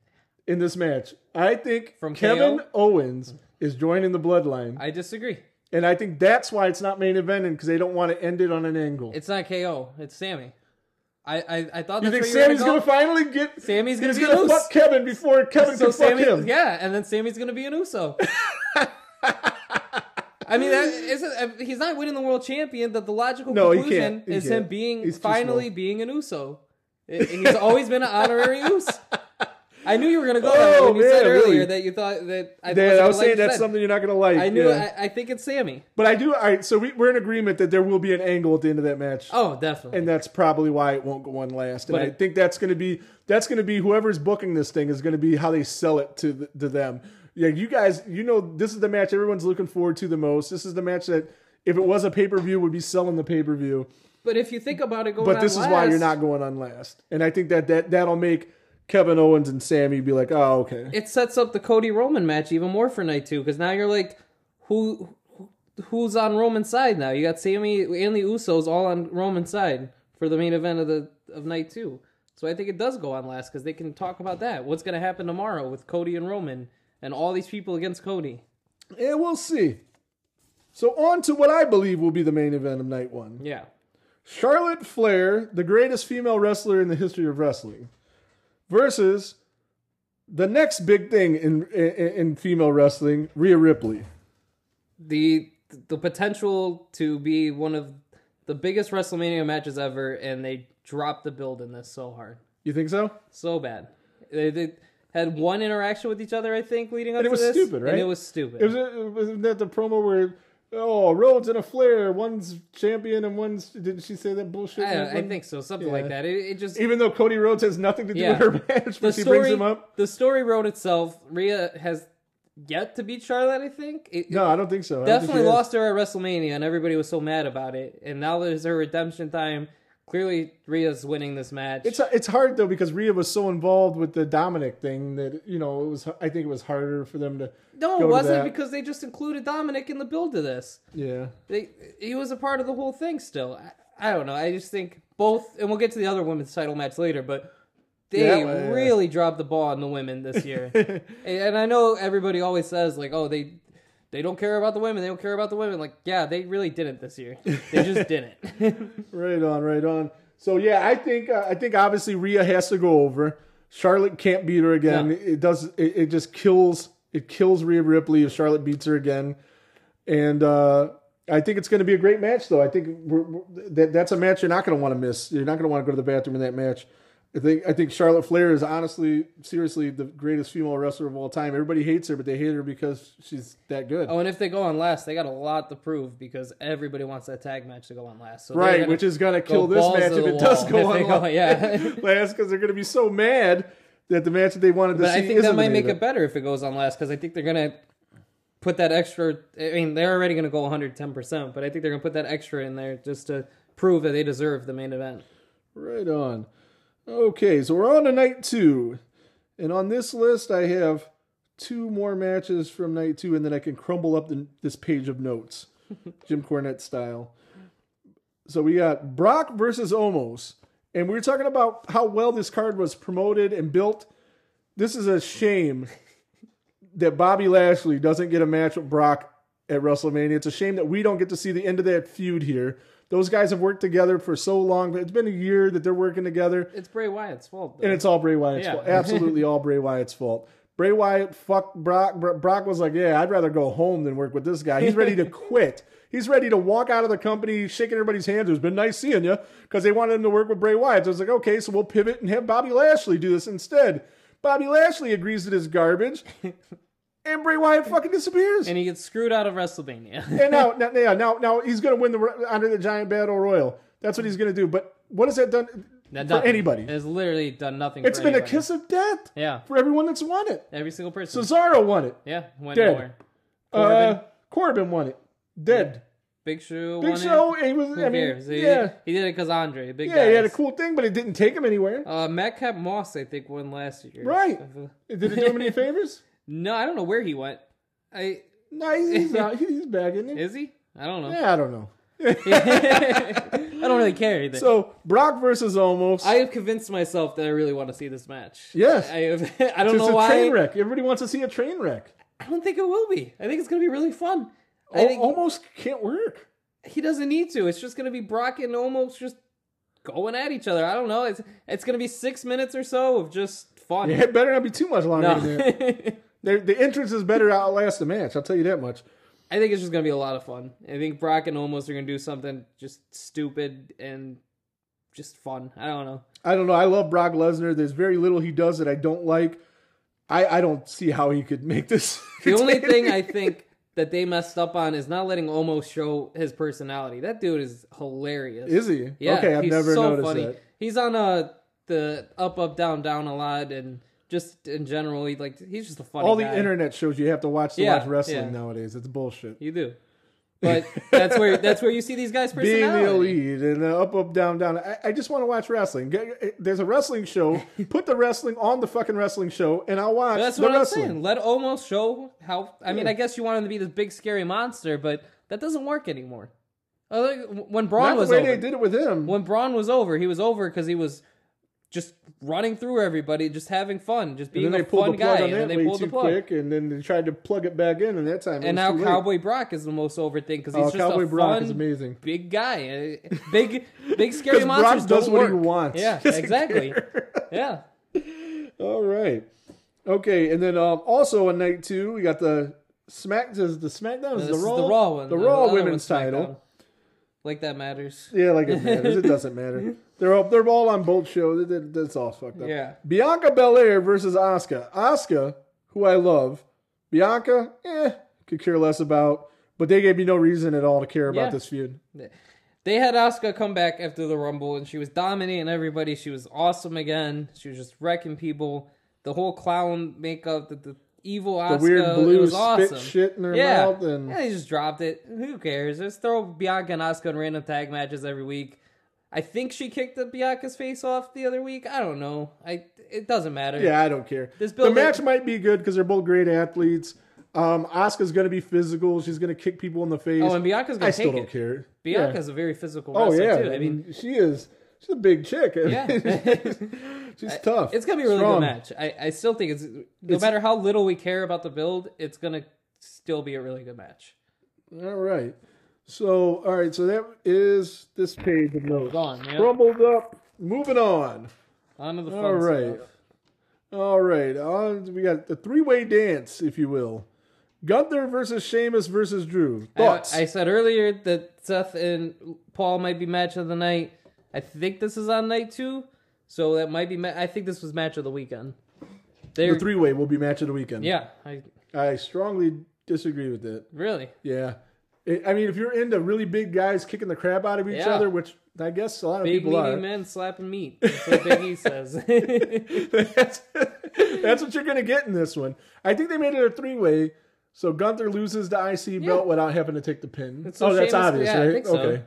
C: in this match. I think
D: From
C: Kevin
D: KO?
C: Owens is joining the bloodline.
D: I disagree.
C: and I think that's why it's not main eventing because they don't want to end it on an angle.
D: It's not KO. It's Sammy. I I, I thought
C: You
D: that's
C: think
D: where
C: Sammy's
D: you
C: going to
D: were gonna go.
C: finally get.
D: Sammy's gonna
C: he's
D: be
C: gonna
D: loose.
C: fuck Kevin before Kevin
D: so
C: can fuck
D: Sammy,
C: him.
D: yeah, and then Sammy's gonna be an Uso. I mean, that isn't, he's not winning the world champion. That the logical
C: No, he
D: conclusion
C: can't. He
D: is him
C: can't.
D: being
C: He's too
D: finally
C: small.
D: being an Uso. I- He's always been an honorary Uso. I knew you were gonna go
C: Oh,
D: there when you said
C: man,
D: earlier
C: really?
D: that you thought that. I,
C: Dan, I
D: wasn't gonna
C: was
D: like
C: saying
D: you
C: that's
D: said.
C: something you're not going to like.
D: I knew.
C: Yeah.
D: I, I think it's Sammy.
C: But I do. All right, so we, we're in agreement that there will be an angle at the end of that match,
D: Oh, definitely.
C: and that's probably why it won't go on last. And
D: But
C: I
D: it-
C: think that's going to be that's going to be whoever's booking this thing is going to be how they sell it to th- to them. Yeah, you guys, you know, this is the match everyone's looking forward to the most. This is the match that if it was a pay per view would be selling the pay per view.
D: but if you think about it, going
C: But
D: on
C: this is why you're
D: last-
C: not going on last. And I think that that that'll make Kevin Owens and Sammy be like, oh okay.
D: it sets up the Cody Roman match even more for night two because now you're like, who, who- who's on Roman's side now? You got Sammy and the Usos all on Roman's side for the main event of the of night two. So I think it does go on last because they can talk about that. What's going to happen tomorrow with Cody and Roman and all these people against Cody?
C: And we'll see. So on to what I believe will be the main event of night one.
D: Yeah,
C: Charlotte Flair, the greatest female wrestler in the history of wrestling, versus the next big thing in in, in female wrestling, Rhea Ripley.
D: the the potential to be one of the biggest WrestleMania matches ever, and they dropped the build in this so hard.
C: You think so?
D: so bad. They, they had one interaction with each other, I think, leading up
C: And it
D: to
C: was
D: this,
C: stupid, right?
D: And it was stupid.
C: It was it wasn't that the promo where oh Rhodes and a Flair, one's champion and one's didn't she say that bullshit?
D: I, I
C: One-
D: think so, something
C: Yeah.
D: like that. It, it just
C: even though Cody Rhodes has nothing to do
D: Yeah.
C: with her match,
D: the
C: but she brings
D: story.
C: him up.
D: The story wrote itself. Rhea has yet to beat Charlotte. I think it,
C: No, I don't think so. I don't think
D: definitely
C: she has.
D: lost her at WrestleMania, and everybody was so mad about it. And now there's her redemption time. Clearly, Rhea's winning this match.
C: It's it's hard though because Rhea was so involved with the Dominic thing that you know it was I think it was harder for them to
D: no,
C: go
D: it
C: to
D: wasn't
C: that.
D: because they just included Dominic in the build to this.
C: yeah
D: they he was a part of the whole thing still. I, I don't know. I just think both, and we'll get to the other women's title match later, but they
C: Yeah, well, yeah.
D: really dropped the ball on the women this year. and, and I know everybody always says like, oh, they they don't care about the women, they don't care about the women. Like, yeah, they really didn't this year. They just didn't.
C: right on right on. So yeah, I think uh, I think obviously Rhea has to go over. Charlotte can't beat her again.
D: No.
C: It does it, it just kills it kills Rhea Ripley if Charlotte beats her again. And uh, I think it's going to be a great match though. I think we're, we're- that that's a match you're not going to want to miss. You're not going to want to go to the bathroom in that match. I think I think Charlotte Flair is honestly, seriously, the greatest female wrestler of all time. Everybody hates her, but they hate her because she's that good.
D: oh, and if they go on last, they got a lot to prove because everybody wants that tag match to go on last. So they're
C: right,
D: gonna
C: which is going to
D: go
C: kill this
D: balls
C: match
D: to
C: if
D: the
C: it does
D: wall
C: go
D: if they
C: on. last.
D: yeah.
C: last because they're going to be so mad that the match that they wanted to
D: But
C: see.
D: I think that
C: isn't the
D: might
C: main
D: make it
C: event.
D: better if it goes on last because I think they're gonna put that extra. I mean, they're already gonna go 110, percent but I think they're gonna put that extra in there just to prove that they deserve the main event.
C: Right on. Okay, so we're on to night two, and on this list I have two more matches from night two, and then I can crumble up the, this page of notes, Jim Cornette style. So we got Brock versus Omos, and we were talking about how well this card was promoted and built. This is a shame that Bobby Lashley doesn't get a match with Brock at WrestleMania. It's a shame that we don't get to see the end of that feud here. Those guys have worked together for so long. It's been a year that they're working together.
D: It's Bray Wyatt's fault. though.
C: And it's all Bray Wyatt's
D: Yeah.
C: fault. Absolutely all Bray Wyatt's fault. Bray Wyatt fucked Brock. Bro- Brock was like, yeah, I'd rather go home than work with this guy. He's ready to quit. He's ready to walk out of the company, shaking everybody's hands. It's been nice seeing you because they wanted him to work with Bray Wyatt. So it's like, okay, so we'll pivot and have Bobby Lashley do this instead. Bobby Lashley agrees to this garbage, and Bray Wyatt fucking disappears.
D: and he gets screwed out of WrestleMania.
C: And now, now, yeah, now, now he's going to win the under the Giant Battle Royal. That's what he's going to do. But what has that done
D: That
C: for
D: nothing.
C: anybody?
D: It's literally done nothing.
C: It's
D: for
C: been a
D: anybody.
C: kiss of death
D: Yeah,
C: for everyone that's won it.
D: every single person.
C: Cesaro won it.
D: yeah, went
C: Dead.
D: nowhere.
C: Corbin,
D: Corbin.
C: uh, Corbin won it. Dead.
D: Big Show.
C: Big
D: won it.
C: Show. He was.
D: Who
C: I mean,
D: cares? He,
C: yeah,
D: he did it because Andre. Big
C: yeah. He had a
D: guys.
C: cool thing, but it didn't take him anywhere.
D: Uh, Madcap Moss, I think, won last year. Uh,
C: Right. Did it do him any favors?
D: No, I don't know where he went. I
C: No, he's, he's out. He's back in it.
D: is he? I don't know.
C: Yeah, I don't know.
D: I don't really care either.
C: So Brock versus Almost.
D: I have convinced myself that I really want to see this match.
C: Yes.
D: I have, I don't
C: it's
D: know
C: a
D: why.
C: train wreck. Everybody wants to see a train wreck.
D: I don't think it will be. I think it's going to be really fun. I
C: Al-
D: think
C: almost can't work.
D: he doesn't need to. It's just going to be Brock and almost just going at each other. I don't know. It's it's going to be six minutes or so of just fun.
C: It better not be too much longer.
D: No.
C: Than that. Their- the entrances better outlast the match. I'll tell you that much.
D: I think it's just gonna be a lot of fun. I think Brock and Omos are gonna do something just stupid and just fun. I don't know.
C: I don't know. I love Brock Lesnar. There's very little he does that I don't like. I, I don't see how he could make this.
D: The only thing I think that they messed up on is not letting Omos show his personality. That dude is hilarious.
C: is he
D: Yeah,
C: okay. I've
D: he's
C: never
D: so
C: noticed
D: funny.
C: that.
D: He's on uh the up up down down a lot and just in general he like he's just a funny
C: All the
D: guy.
C: internet shows you have to watch to
D: Yeah,
C: watch wrestling
D: yeah.
C: nowadays. It's bullshit.
D: You do. But that's where that's where you see these guys
C: Being
D: personality.
C: the elite and uh, up, up, down, down. I, I just want to watch wrestling. Get- There's a wrestling show. Put the wrestling on the fucking wrestling show, and I'll watch
D: That's
C: the
D: what
C: wrestling.
D: I'm saying. Let Omos show how. I mean, I guess you want him to be this big scary monster, but that doesn't work anymore. Uh, like, When Braun
C: Not the
D: was
C: way
D: over,
C: they did it with him.
D: when Braun was over, he was over because he was just running through everybody, just having fun, just being
C: and then
D: a
C: they pulled
D: fun
C: the plug on
D: guy, and then
C: that
D: they
C: way
D: pulled the
C: too
D: plug.
C: quick, and then they tried to plug it back in, and that time it was
D: And now
C: too late.
D: Cowboy Brock is the most over thing because he's
C: Oh,
D: just
C: Cowboy
D: a
C: Brock
D: fun,
C: is amazing.
D: big guy, Uh, big, big scary
C: 'Cause
D: monsters
C: Brock does
D: don't
C: what
D: work.
C: he wants.
D: Yeah,
C: Doesn't
D: exactly. Yeah,
C: All right. Okay, and then um, also on night two, we got the Smack. Is the SmackDown is
D: this
C: the Raw,
D: is the Raw one,
C: the
D: Uh,
C: Raw
D: other
C: women's
D: one's
C: title.
D: SmackDown. Like that matters.
C: Yeah, like it matters. it doesn't matter. They're all, they're all on both shows. That- that- That's all fucked up.
D: Yeah.
C: Bianca Belair versus Asuka. Asuka, who I love. Bianca, eh, could care less about. But they gave me no reason at all to care about
D: Yeah.
C: this feud.
D: They had Asuka come back after the Rumble, and she was dominating everybody. She was awesome again. She was just wrecking people. The whole clown makeup, the, the evil Asuka,
C: weird blue
D: it was
C: spit
D: awesome.
C: shit in her
D: yeah.
C: mouth and-
D: yeah, they just dropped it. Who cares? Just throw Bianca and Asuka in random tag matches every week. I think she kicked the Bianca's face off the other week. I don't know. I it doesn't matter.
C: Yeah, I don't care.
D: This
C: the
D: build-
C: match might be good because they're both great athletes. Um, Asuka's going to be physical. She's going to kick people in the face.
D: Oh, and Bianca's gonna
C: I
D: take
C: still don't
D: it.
C: care. Yeah.
D: Bianca's a very physical
C: Oh
D: wrestler
C: yeah,
D: too. I mean,
C: she is. She's a big chick. I
D: Yeah.
C: mean, she's tough.
D: It's gonna be a really
C: strong.
D: good match. I, I still think it's no matter how little we care about the build, it's gonna still be a really good match.
C: All right. So all right. So that is this page of notes.
D: Gone, yeah.
C: Crumbled up. Moving on.
D: On to the fun
C: All right.
D: stuff.
C: All right. On, we got the three-way dance, if you will. Gunther versus Sheamus versus Drew. Thoughts?
D: I, I said earlier that Seth and Paul might be match of the night. I think this is on night two, so that might be. Ma- I think this was match of the weekend. They're
C: the three-way will be match of the weekend.
D: yeah. I
C: I strongly disagree with that.
D: really
C: Yeah. It- I mean, if you're into really big guys kicking the crap out of each
D: Yeah.
C: other, which I guess a lot of
D: big
C: people
D: meaty
C: are,
D: men slapping meat. That's what Big E says.
C: that's, that's what you're going to get in this one. I think they made it a three way, so Gunther loses the IC belt without having to take the pin.
D: so
C: oh, that's
D: Sheamus-
C: obvious,
D: yeah, I
C: right?
D: think so.
C: Okay.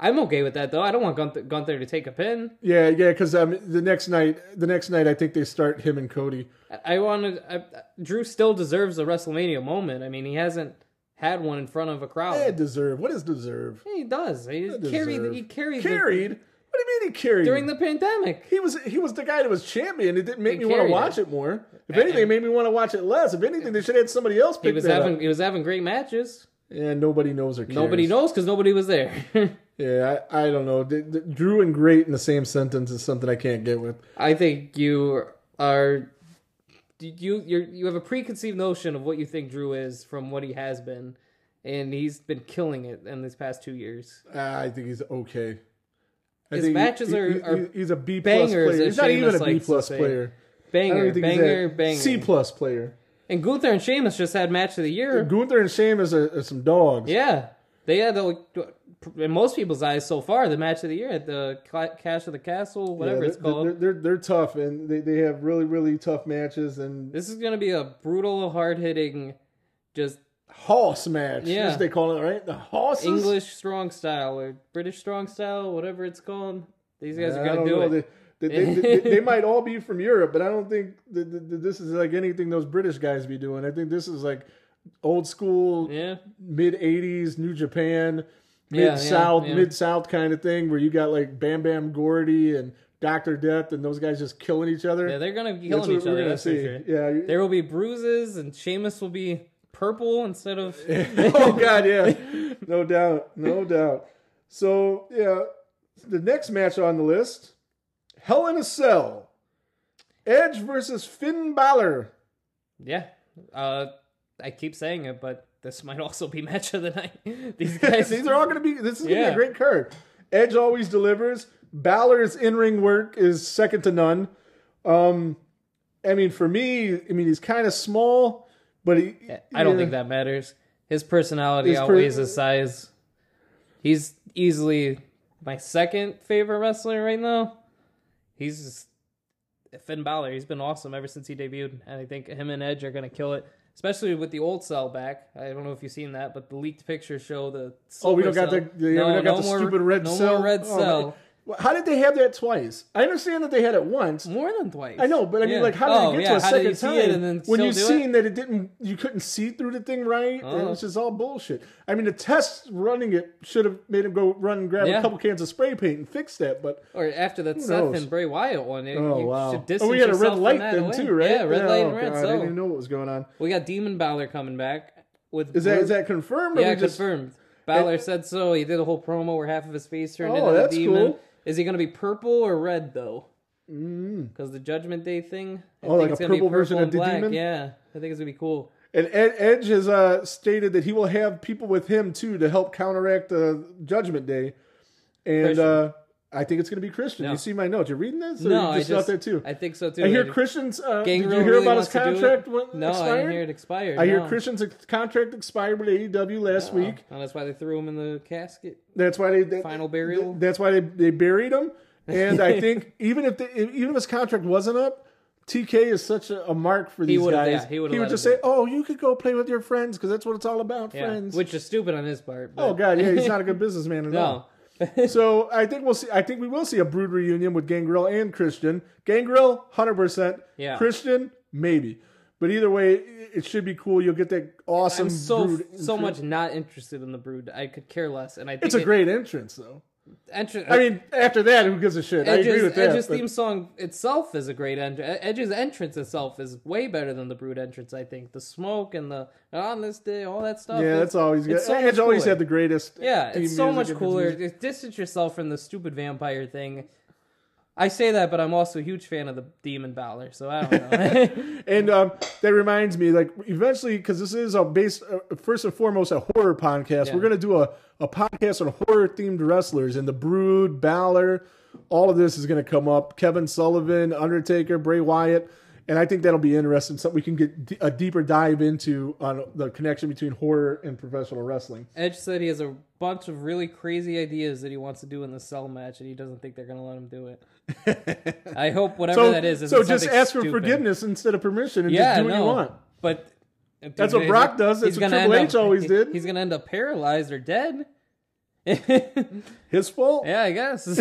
D: I'm okay with that though. I don't want Gunther, Gunther to take a pin.
C: Yeah, yeah, because um, the next night, the next night, I think they start him and Cody.
D: I wanted I, Drew still deserves a WrestleMania moment. I mean, he hasn't had one in front of a crowd.
C: Yeah, deserve. What is deserve?
D: Yeah, he does. Oh. He carried.
C: Deserve.
D: He carried. the-
C: Carried. What do you mean he carried?
D: during the pandemic.
C: he was he was the guy that was champion. It didn't make me want to
D: carried
C: watch
D: it.
C: it more. If anything, it made me want to watch it less. If anything, they should have had somebody else pick
D: He was
C: that
D: having.
C: up.
D: He was having great matches.
C: and nobody knows or cares.
D: Nobody knows because nobody was there.
C: Yeah, I, I don't know. D- d- Drew and great in the same sentence is something I can't get with.
D: I think you are you you you have a preconceived notion of what you think Drew is from what he has been, and he's been killing it in these past two years.
C: Ah, I think he's okay. I think
D: His
C: he-
D: matches
C: he-
D: are-
C: he-
D: are
C: he- he's a B plus
D: bangers,
C: player.
D: as
C: He's not even
D: Sheamus
C: a B
D: likes to
C: plus
D: say.
C: player. I
D: Banger,
C: don't even think he's
D: banger,
C: that.
D: banger.
C: C plus player.
D: And Gunther and Sheamus just had match of the year.
C: Gunther and Sheamus are, are some dogs.
D: Yeah, they had the, in most people's eyes so far the match of the year at the Cla- Clash of the Castle,
C: Yeah,
D: whatever
C: they're,
D: it's called.
C: They're, they're they're tough and they, they have really really tough matches and
D: this is gonna be a brutal, hard hitting, just
C: horse match.
D: Yeah.
C: That's what they call it right. The horses.
D: English strong style or British strong style, whatever it's called. These guys are
C: I don't
D: gonna do
C: know.
D: it.
C: They, they, they, they, they might all be from Europe, but I don't think that, that- that this is like anything those British guys be doing. I think this is like old school
D: yeah,
C: mid '80s New Japan,
D: Yeah, yeah,
C: mid South,
D: yeah.
C: mid South kind of thing, where you got like Bam Bam Gordy and Doctor Death, and those guys just killing each other.
D: yeah, they're gonna be
C: That's
D: killing
C: what
D: each other. That's for sure.
C: Yeah. you-
D: There will be bruises, and Sheamus will be purple instead of
C: oh God, yeah, no doubt, no doubt. So yeah, the next match on the list, Hell in a Cell, Edge versus Finn Balor.
D: yeah. Uh, I keep saying it, but this might also be match of the night. These guys,
C: These are all going to be. This is going to be
D: Yeah.
C: a great card. Edge always delivers. Balor's in-ring work is second to none. Um, I mean, for me, I mean he's kind of small, but he.
D: I don't
C: yeah.
D: think that matters. His personality
C: His per-
D: outweighs his size. He's easily my second favorite wrestler right now. He's just Finn Balor. He's been awesome ever since he debuted, and I think him and Edge are gonna kill it. Especially with the old cell back. I don't know if you've seen that, but the leaked pictures show the
C: Oh, we
D: silver
C: don't got the,
D: cell.
C: yeah, we don't got the stupid red
D: no
C: cell.
D: more red
C: Oh,
D: cell.
C: man. How did they have that twice? I understand that they had it once.
D: More than twice.
C: I know, but I mean,
D: Yeah.
C: like, how did
D: Oh,
C: it get
D: yeah,
C: to a
D: how
C: second
D: did you
C: time
D: see it and then
C: when
D: still
C: you
D: do
C: seen
D: it? Oh.
C: that it didn't, you couldn't see through the thing right, and it's just all bullshit. I mean, the test running it should have made him go run and grab
D: Yeah.
C: a couple cans of spray paint and fix that, but
D: Or after that Seth
C: knows?
D: and Bray Wyatt one, it,
C: oh
D: you
C: wow,
D: should distance
C: oh, we had a
D: yourself
C: red
D: from
C: light
D: that
C: then
D: away.
C: too, right?
D: Yeah, red
C: oh,
D: light and red
C: God, I
D: cell.
C: didn't even know what was going on.
D: We got Demon Balor coming back with
C: Is that is that confirmed? or
D: yeah
C: we just-
D: confirmed? Balor said so. He did a whole promo where half of his face turned
C: Oh,
D: into
C: that's
D: a demon.
C: cool.
D: Is he going to be purple or red though? Because the Judgment Day thing. I
C: Mm. Oh, like
D: it's
C: a
D: gonna be
C: purple version of
D: and
C: the
D: black.
C: demon?
D: Yeah, I think it's gonna be cool.
C: And Ed, Edge has uh, stated that he will have people with him too to help counteract the Judgment Day, and
D: Christian.
C: uh, I think it's going to be Christian.
D: No.
C: You see my notes? You reading this? Or
D: no,
C: you
D: I
C: just
D: just
C: out there too.
D: I think so too.
C: I hear
D: And
C: Christian's. Uh, did you
D: Gangrel
C: hear
D: really
C: about his
D: wants to do it.
C: contract? when
D: No, I
C: expired?
D: didn't hear it expired.
C: I hear
D: no.
C: Christian's ex- contract expired with AEW last
D: Oh,
C: week.
D: and that's why they threw him in the casket.
C: That's why they, they-
D: Final burial?
C: That's why they, they buried him. And I think even if the, even if his contract wasn't up, TK is such a, a mark for these
D: would've-
C: guys.
D: yeah, he would've
C: he
D: let
C: would just
D: him
C: say,
D: do it.
C: "Oh, you could go play with your friends because that's what it's all about,
D: Yeah,
C: friends."
D: which is stupid on his part. But
C: oh god, Oh, yeah, he's not a good businessman at all.
D: no.
C: So I think we'll see. I think we will see a brood reunion with Gangrel and Christian. Gangrel, hundred percent.
D: Yeah.
C: Christian, maybe. But either way, i- it should be cool. You'll get that awesome.
D: I'm so
C: brood
D: so
C: intro-
D: much not interested in the brood. I could care less, and I think
C: It's a
D: it-
C: great entrance, though.
D: entrance.
C: I mean, after that, who gives a shit? I
D: Edge's,
C: agree with that.
D: Edge's
C: but-
D: theme song itself is a great entrance. Edge's entrance itself is way better than the Brood entrance. I think the smoke and the on this day, all that stuff.
C: yeah,
D: it-
C: that's always good.
D: it's so
C: Edge
D: much
C: always
D: cooler.
C: had the greatest.
D: Yeah,
C: theme
D: it's so
C: music
D: much
C: and
D: cooler.
C: music.
D: Just distance yourself from the stupid vampire thing. I say that, but I'm also a huge fan of the Demon Balor, so I don't know.
C: And um, that reminds me, like eventually, because this is a base uh, first and foremost a horror podcast.
D: Yeah.
C: We're gonna do a, a podcast on horror themed wrestlers and the Brood, Balor, all of this is gonna come up. Kevin Sullivan, Undertaker, Bray Wyatt, and I think that'll be interesting. Something we can get d- a deeper dive into on the connection between horror and professional wrestling.
D: Edge said he has a bunch of really crazy ideas that he wants to do in the cell match, and he doesn't think they're going to let him do it. I hope whatever
C: So,
D: that is. isn't
C: so just
D: something
C: ask for
D: stupid.
C: forgiveness instead of permission and
D: Yeah,
C: just do what
D: no,
C: you want.
D: But
C: That's what Brock does. That's
D: He's
C: what
D: gonna
C: Triple
D: end
C: H always did.
D: He's gonna end up paralyzed or dead. yeah,
C: His fault.
D: I guess.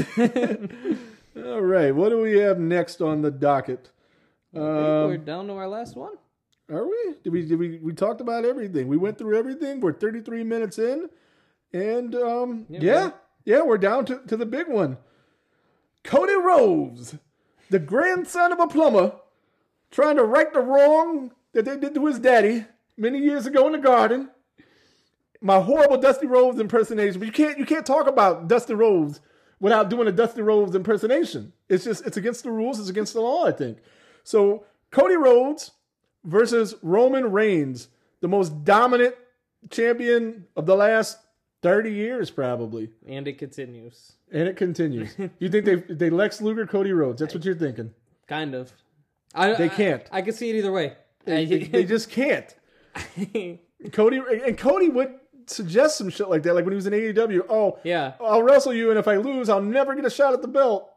C: All right. What do we have next on the docket? Um,
D: We're down to our last one.
C: Are we? Did we? Did we? We talked about everything. We went through everything. We're 33 minutes in, and um, yeah, yeah,
D: man.
C: we're down to, to the big one. Cody Rhodes, the grandson of a plumber, trying to right the wrong that they did to his daddy many years ago in the garden, my horrible Dusty Rhodes impersonation. But you can't you can't talk about Dusty Rhodes without doing a Dusty Rhodes impersonation. It's just it's against the rules. It's against the law. I think so. Cody Rhodes versus Roman Reigns, the most dominant champion of the last thirty years, probably,
D: And it continues.
C: and it continues. you think they they Lex Luger Cody Rhodes? That's what you're thinking.
D: Kind of. I,
C: They
D: I-
C: can't.
D: I, could see it either way.
C: They, they just can't. Cody and Cody would suggest some shit like that, like when he was in AEW. Oh,
D: yeah.
C: I'll wrestle you, and if I lose, I'll never get a shot at the belt.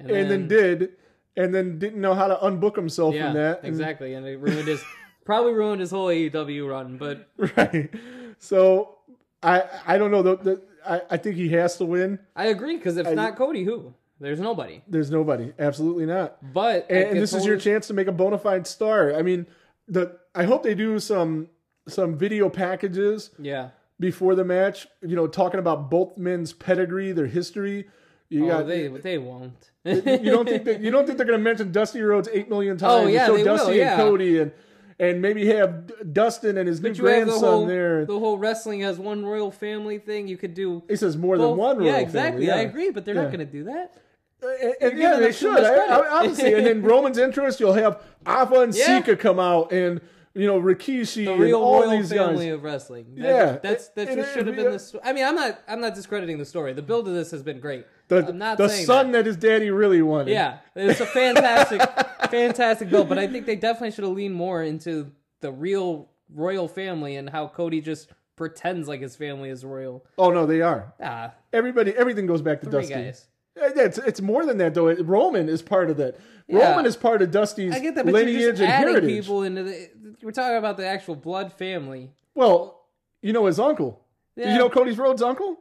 C: And, then, did, and then didn't know how to unbook himself
D: yeah,
C: from that. and-
D: exactly. And it ruined his probably ruined his whole AEW run. But
C: right. So I I don't know. The, the, I I think he has to win.
D: I agree because if not Cody, who? There's nobody.
C: There's nobody. Absolutely not.
D: But I
C: and,
D: could
C: and this is
D: totally-
C: your chance to make a bona fide star. I mean, the I hope they do some some video packages
D: Yeah.
C: before the match. You know, talking about both men's pedigree, their history. You
D: Oh,
C: got
D: they they won't.
C: you don't think that you don't think they're going to mention Dusty Rhodes eight million times?
D: Oh, yeah,
C: and show
D: they will,
C: Dusty
D: yeah.
C: and Cody and and maybe have D- Dustin and his new
D: you have
C: grandson
D: the whole
C: there.
D: the whole wrestling as one royal family thing. You could do.
C: he says more
D: both-
C: than one.
D: yeah,
C: royal family,
D: exactly.
C: yeah.
D: I agree, but they're
C: Yeah.
D: not going to do that.
C: And, and yeah,
D: giving
C: they
D: them too
C: should.
D: much
C: I,
D: credit.
C: I, obviously, and in Roman's interest, you'll have Alpha and
D: Yeah.
C: Sika come out, and you know Rikishi
D: The
C: and
D: real
C: all
D: royal
C: these
D: family
C: guys.
D: of wrestling. That,
C: Yeah,
D: that's
C: it-
D: that
C: it-
D: should
C: it-
D: have been the. sto- I mean, I'm not I'm not discrediting the story. The build of this has been great.
C: The,
D: I'm not
C: the
D: saying
C: son
D: that.
C: that. his daddy really wanted.
D: Yeah, it's a fantastic, fantastic build. But I think they definitely should have leaned more into the real royal family and how Cody just pretends like his family is royal.
C: Oh no, they are.
D: Ah,
C: Everybody, everything goes back to
D: three
C: Dusty.
D: guys.
C: Yeah, It's, it's more than that though. It- Roman is part of that.
D: Yeah.
C: Roman is part of Dusty's
D: I get that, but you're
C: lineage
D: just
C: and
D: adding
C: heritage.
D: people into the. We're talking about the actual blood family.
C: Well, you know his uncle. Do
D: Yeah.
C: You know Cody's Rhodes' uncle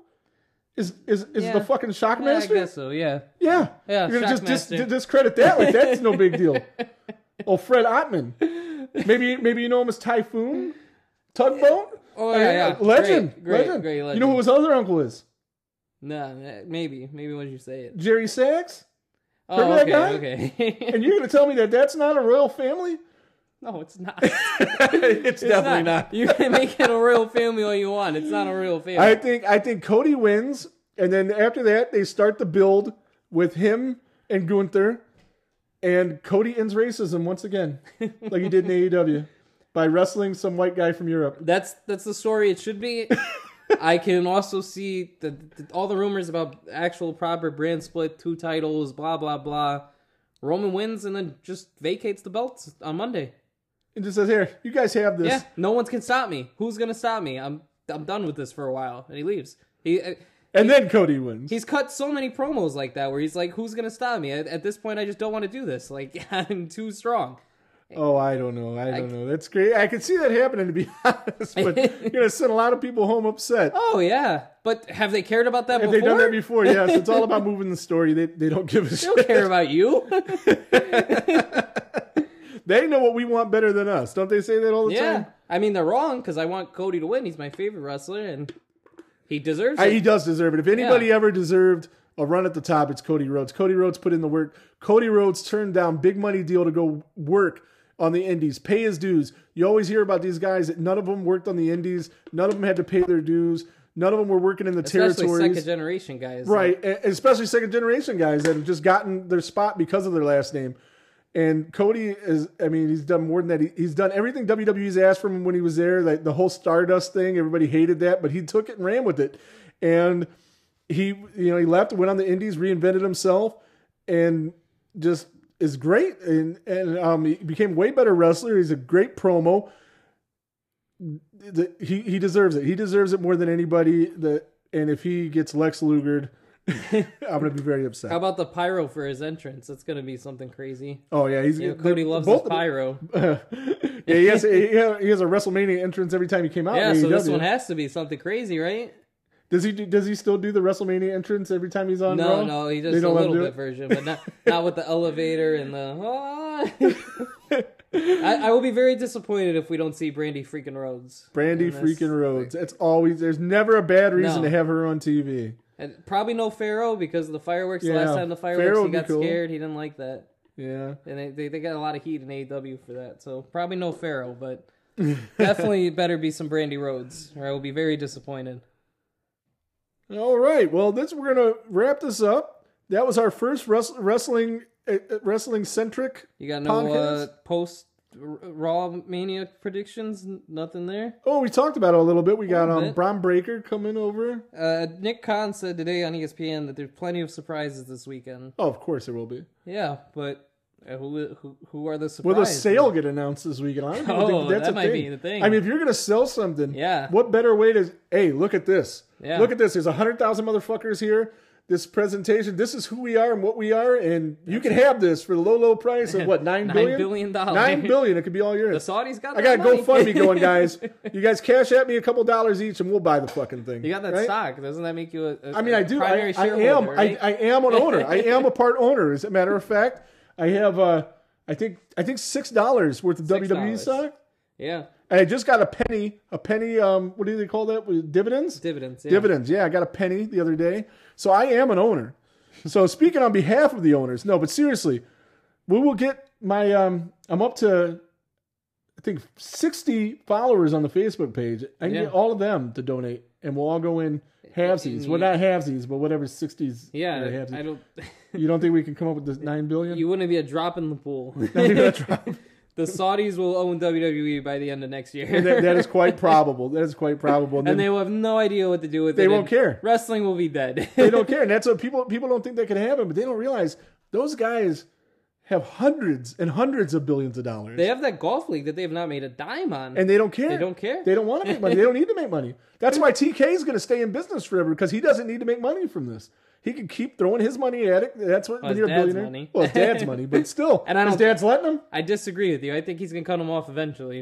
C: is is is
D: Yeah.
C: the fucking
D: Yeah, I
C: Shockmaster.
D: guess so. Yeah,
C: yeah,
D: Yeah,
C: You're gonna just dis-
D: Shockmaster.
C: discredit that like that's no big deal. Oh, Fred Ottman. Maybe maybe you know him as Typhoon Tugboat.
D: Oh,
C: I mean,
D: yeah, yeah.
C: legend,
D: Great, great,
C: legend.
D: great
C: You know who
D: legend.
C: his other uncle is?
D: no, nah, maybe, maybe once you say it.
C: Jerry Sachs.
D: Oh,
C: Remember
D: okay,
C: that
D: okay.
C: And you're gonna tell me that that's not a royal family?
D: no, it's not.
C: it's,
D: It's
C: definitely
D: not. You can make it a real family all you want. It's not a real family.
C: I think I think Cody wins, and then after that they start the build with him and Gunther, and Cody ends racism once again, like he did in AEW, by wrestling some white guy from Europe.
D: that's that's the story it should be. I can also see the, the, all the rumors about actual proper brand split, two titles, blah blah blah. Roman wins and then just vacates the belts on Monday.
C: And just says, "Here, you guys have this."
D: Yeah, no one can stop me. Who's gonna stop me? I'm I'm done with this for a while. And he leaves. He uh,
C: And then Cody wins.
D: he's cut so many promos like that where he's like, "Who's gonna stop me?" At, at this point, I just don't want to do this. Like I'm too strong.
C: oh, I don't know. I don't know. That's great. I could see that happening to be honest, but you're gonna send a lot of people home upset.
D: Oh yeah, but have they cared about that
C: Have
D: before?
C: they done that before? Yes, it's all about moving the story. They they don't give a
D: They don't
C: shit.
D: care about you.
C: They know what we want better than us. Don't they say that all the
D: yeah,
C: time?
D: I mean they're wrong because I want Cody to win. He's my favorite wrestler, and he deserves
C: I-
D: it.
C: he does deserve it. If anybody ever deserved a run at the top, it's Cody Rhodes. Cody Rhodes put in the work. Cody Rhodes turned down big money deal to go work on the Indies, pay his dues. You always hear about these guys that none of them worked on the Indies, none of them had to pay their dues, none of them were working in the
D: Especially second
C: territories.
D: generation guys.
C: Right, e- especially second generation guys that have just gotten their spot because of their last name. And Cody is, I mean, he's done more than that. He, he's done everything WWE's asked from him when he was there, like the whole Stardust thing. Everybody hated that, but he took it and ran with it. And he, you know, he left, went on the Indies, reinvented himself, and just is great. And and um, he became way better wrestler. He's a great promo. The- he he deserves it. He deserves it more than anybody. That and if he gets Lex Lugered, I'm gonna be very upset.
D: How about the pyro for his entrance? That's gonna be something crazy.
C: Oh yeah, he's
D: You know, Cody loves
C: both
D: his pyro.
C: yeah, he has, he has he has a WrestleMania entrance every time he came out.
D: Yeah,
C: in
D: so this
C: AEW.
D: one has to be something crazy, right?
C: does he do, does he still do the WrestleMania entrance every time he's on?
D: No,
C: Raw?
D: no, he
C: They
D: does a
C: don't let him
D: little
C: do it?
D: bit version, but not not with the elevator and the. I, I will be very disappointed if we don't see Brandy freaking Rhodes.
C: Brandy
D: And that's-
C: freaking Rhodes. It's always there's never a bad reason to
D: No.
C: have her on TV.
D: And probably no Pharaoh because of the fireworks. the
C: Yeah,
D: last time the
C: Pharaoh
D: fireworks,
C: would
D: he
C: be
D: got
C: cool.
D: scared. He didn't like that,
C: Yeah,
D: E and they, they they got a lot of heat in AEW for that. So probably no Pharaoh, but Definitely better be some Brandy Rhodes, or I will be very disappointed.
C: All right. Well, this we're gonna wrap this up. That was our first wrest- wrestling uh, wrestling centric.
D: You got no uh,
C: Podcast?
D: post Raw Mania predictions? N- Nothing there.
C: Oh, we talked about it a little bit. We got
D: Little
C: um
D: bit.
C: Bron Breaker coming over.
D: Uh, Nick Khan said today on E ESPN that there's plenty of surprises this weekend.
C: Oh, of course there will be.
D: Yeah, but uh, who who who are the
C: Will
D: surprises?
C: the sale get announced this weekend? I don't even
D: Oh,
C: think that's
D: that
C: a
D: might
C: thing.
D: be the thing.
C: I mean, if you're gonna sell something,
D: Yeah.
C: What better way to? Hey, look at this.
D: Yeah.
C: Look at this. There's hundred thousand motherfuckers here. This presentation. This is who we are and what we are, and you can have this for the low, low price of what nine
D: Nine
C: billion?
D: billion dollars.
C: Nine billion. It could be all yours.
D: The Saudis got.
C: I
D: that
C: got
D: money.
C: GoFundMe going, guys. You guys cash at me a couple dollars each, and we'll buy the fucking thing.
D: You got that
C: right?
D: stock. Doesn't that make you a, a
C: I mean, I do. I,
D: primary
C: I am.
D: shareholder, right?
C: I, I am an owner. I am a part owner. As a matter of fact, I have. Uh, I think. I think six dollars worth of WWE
D: $6.
C: stock,
D: yeah.
C: and I just got a penny. A penny. Um, what do they call that? With Dividends.
D: Dividends. Yeah.
C: Dividends. Yeah, I got a penny the other day. So I am an owner. So speaking on behalf of the owners, no, but seriously, we will get my um I'm up to I think 60 followers on the Facebook page. I can
D: Yeah.
C: get all of them to donate and we'll all go in halvesies. Well, not halvesies, but whatever 60s. or
D: Yeah.
C: halvesies.
D: I don't.
C: you don't think we can come up with the 9 billion?
D: You wouldn't be a drop in the pool.
C: that,
D: the Saudis will own WWE by the end of next year.
C: that is quite probable. That is quite probable.
D: and they will have no idea what to do with it.
C: They won't
D: and
C: care.
D: Wrestling will be dead.
C: they don't care, and that's what people people don't think that can happen, but they don't realize those guys have hundreds and hundreds of billions of dollars,
D: They have that golf league that they have not made a dime on.
C: and they don't care.
D: They don't care.
C: They don't want to make money. they don't need to make money. That's why TK is going to stay in business forever because he doesn't need to make money from this. He can keep throwing his money at it. That's what when
D: his
C: you're a
D: dad's
C: billionaire.
D: money.
C: Well, his dad's money, but still,
D: And I
C: his
D: don't-
C: dad's letting him.
D: I disagree with you. I think he's gonna cut them off eventually,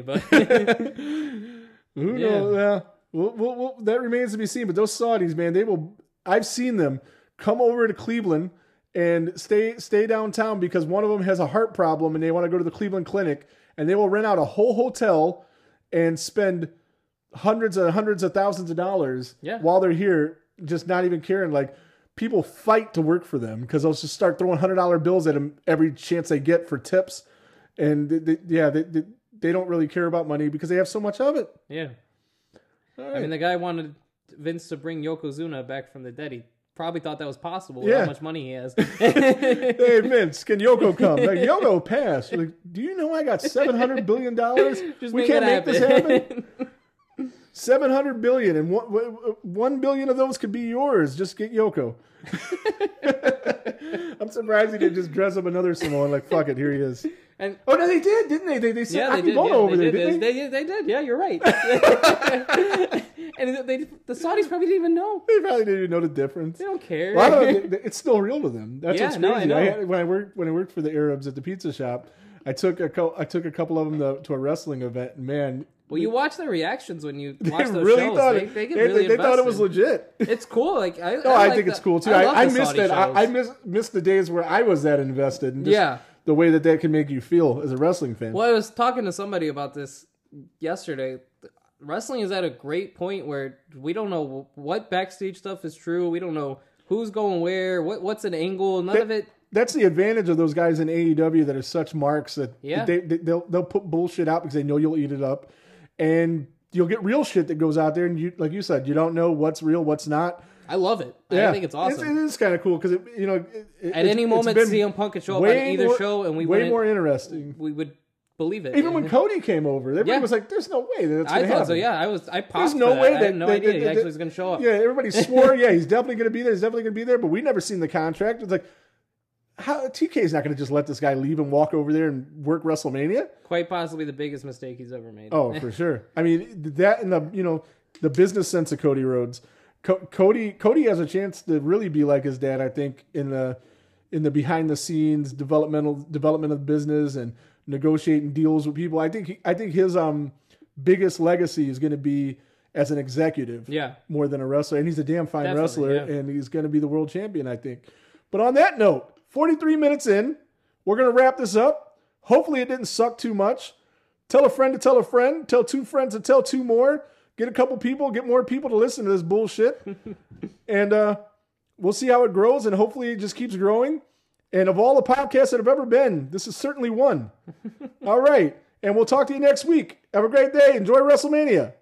D: but
C: Who
D: Yeah.
C: knows? Yeah. Well, well, well, that remains to be seen. But those Saudis, man, they will. I've seen them come over to Cleveland and stay stay downtown because one of them has a heart problem and they want to go to the Cleveland clinic and they will rent out a whole hotel and spend hundreds and hundreds of thousands of dollars
D: Yeah.
C: while they're here, just not even caring. Like people fight to work for them because they'll just start throwing hundred dollar bills at them every chance they get for tips, and they, they- yeah, they, they they don't really care about money because they have so much of it.
D: yeah.
C: All
D: I mean,
C: right.
D: the guy wanted Vince to bring Yokozuna back from the dead. He probably thought that was possible.
C: Yeah.
D: With how much money he has? yeah,
C: hey Vince, can Yoko come? Like Yoko pass. Like, do you know I got seven hundred billion dollars?
D: Just
C: We
D: make
C: can't make
D: that
C: this
D: happen.
C: happen. Seven hundred billion, and one, one billion of those could be yours. Just get Yoko. I'm surprised he didn't just dress up another Samoan. Like fuck it, here he is.
D: And-
C: oh no, they did, didn't they? They they sent
D: they did.
C: Akimoto
D: yeah,
C: over
D: they
C: there, didn't
D: did.
C: they?
D: They, they did. Yeah, you're right. and they, the Saudis probably didn't even know.
C: They probably didn't even know the difference.
D: They don't care.
C: A lot of it, it- it's still real to them. That's
D: Yeah,
C: what's
D: no, I
C: crazy.
D: know.
C: I had- when I worked when I worked for the Arabs at the pizza shop, I took a co- I took a couple of them to, to a wrestling event. And man,
D: well, you watch their reactions when you watch
C: they
D: those
C: really
D: shows.
C: thought
D: they,
C: it,
D: they get
C: they-
D: really
C: they thought it was
D: invested.
C: legit.
D: It's cool. Like I,
C: No, I,
D: like
C: think
D: the-
C: it's cool too.
D: I,
C: I,
D: love
C: I,
D: the
C: missed
D: Saudi
C: that.
D: shows.
C: I, I miss missed the days where I was that invested. And just
D: Yeah.
C: the way that that can make you feel as a wrestling fan.
D: Well, I was talking to somebody about this yesterday. Wrestling is at a great point where we don't know what backstage stuff is true. We don't know who's going where, what what's an angle, none of it.
C: That's the advantage of those guys in AEW that are such marks that
D: Yeah.
C: they, they they'll they'll put bullshit out because they know you'll eat it up, and you'll get real shit that goes out there. And you like you said, you don't know what's real, what's not.
D: I love it. I think it's awesome.
C: It is kind of cool because it, you know, it, it-
D: At any
C: it's
D: moment,
C: been
D: CM Punk could show up on
C: way
D: either
C: more-
D: show, and we
C: way
D: wouldn't.
C: more interesting.
D: we would believe it.
C: Even when Cody came over, everybody
D: Yeah.
C: was like, "There's no way that that's
D: I
C: gonna
D: thought
C: happen."
D: so. Yeah, I was. I
C: There's
D: popped.
C: no
D: for that.
C: way
D: I
C: that
D: had no
C: that-
D: idea
C: that-
D: he
C: that-
D: actually was going to show up.
C: Yeah, everybody swore, yeah, he's definitely going to be there. He's definitely going to be there, but we never seen the contract. It's like, how TK is not going to just let this guy leave and walk over there and work WrestleMania?
D: Quite possibly the biggest mistake he's ever made.
C: Oh, for sure. I mean, that and the you know the business sense of Cody Rhodes. Co- Cody Cody has a chance to really be like his dad, I think, in the in the behind the scenes developmental development of business and negotiating deals with people. I think he, I think his um biggest legacy is going to be as an executive
D: Yeah.
C: more than a wrestler. And he's a damn fine
D: Definitely,
C: wrestler,
D: yeah.
C: and he's going to be the world champion, I think. But on that note, 43 minutes in, we're going to wrap this up. Hopefully, it didn't suck too much. Tell a friend to tell a friend, tell two friends to tell two more. Get a couple people, get more people to listen to this bullshit. and uh, we'll see how it grows, and hopefully, it just keeps growing. And of all the podcasts that have ever been, this is certainly one. all right. And we'll talk to you next week. Have a great day. Enjoy WrestleMania.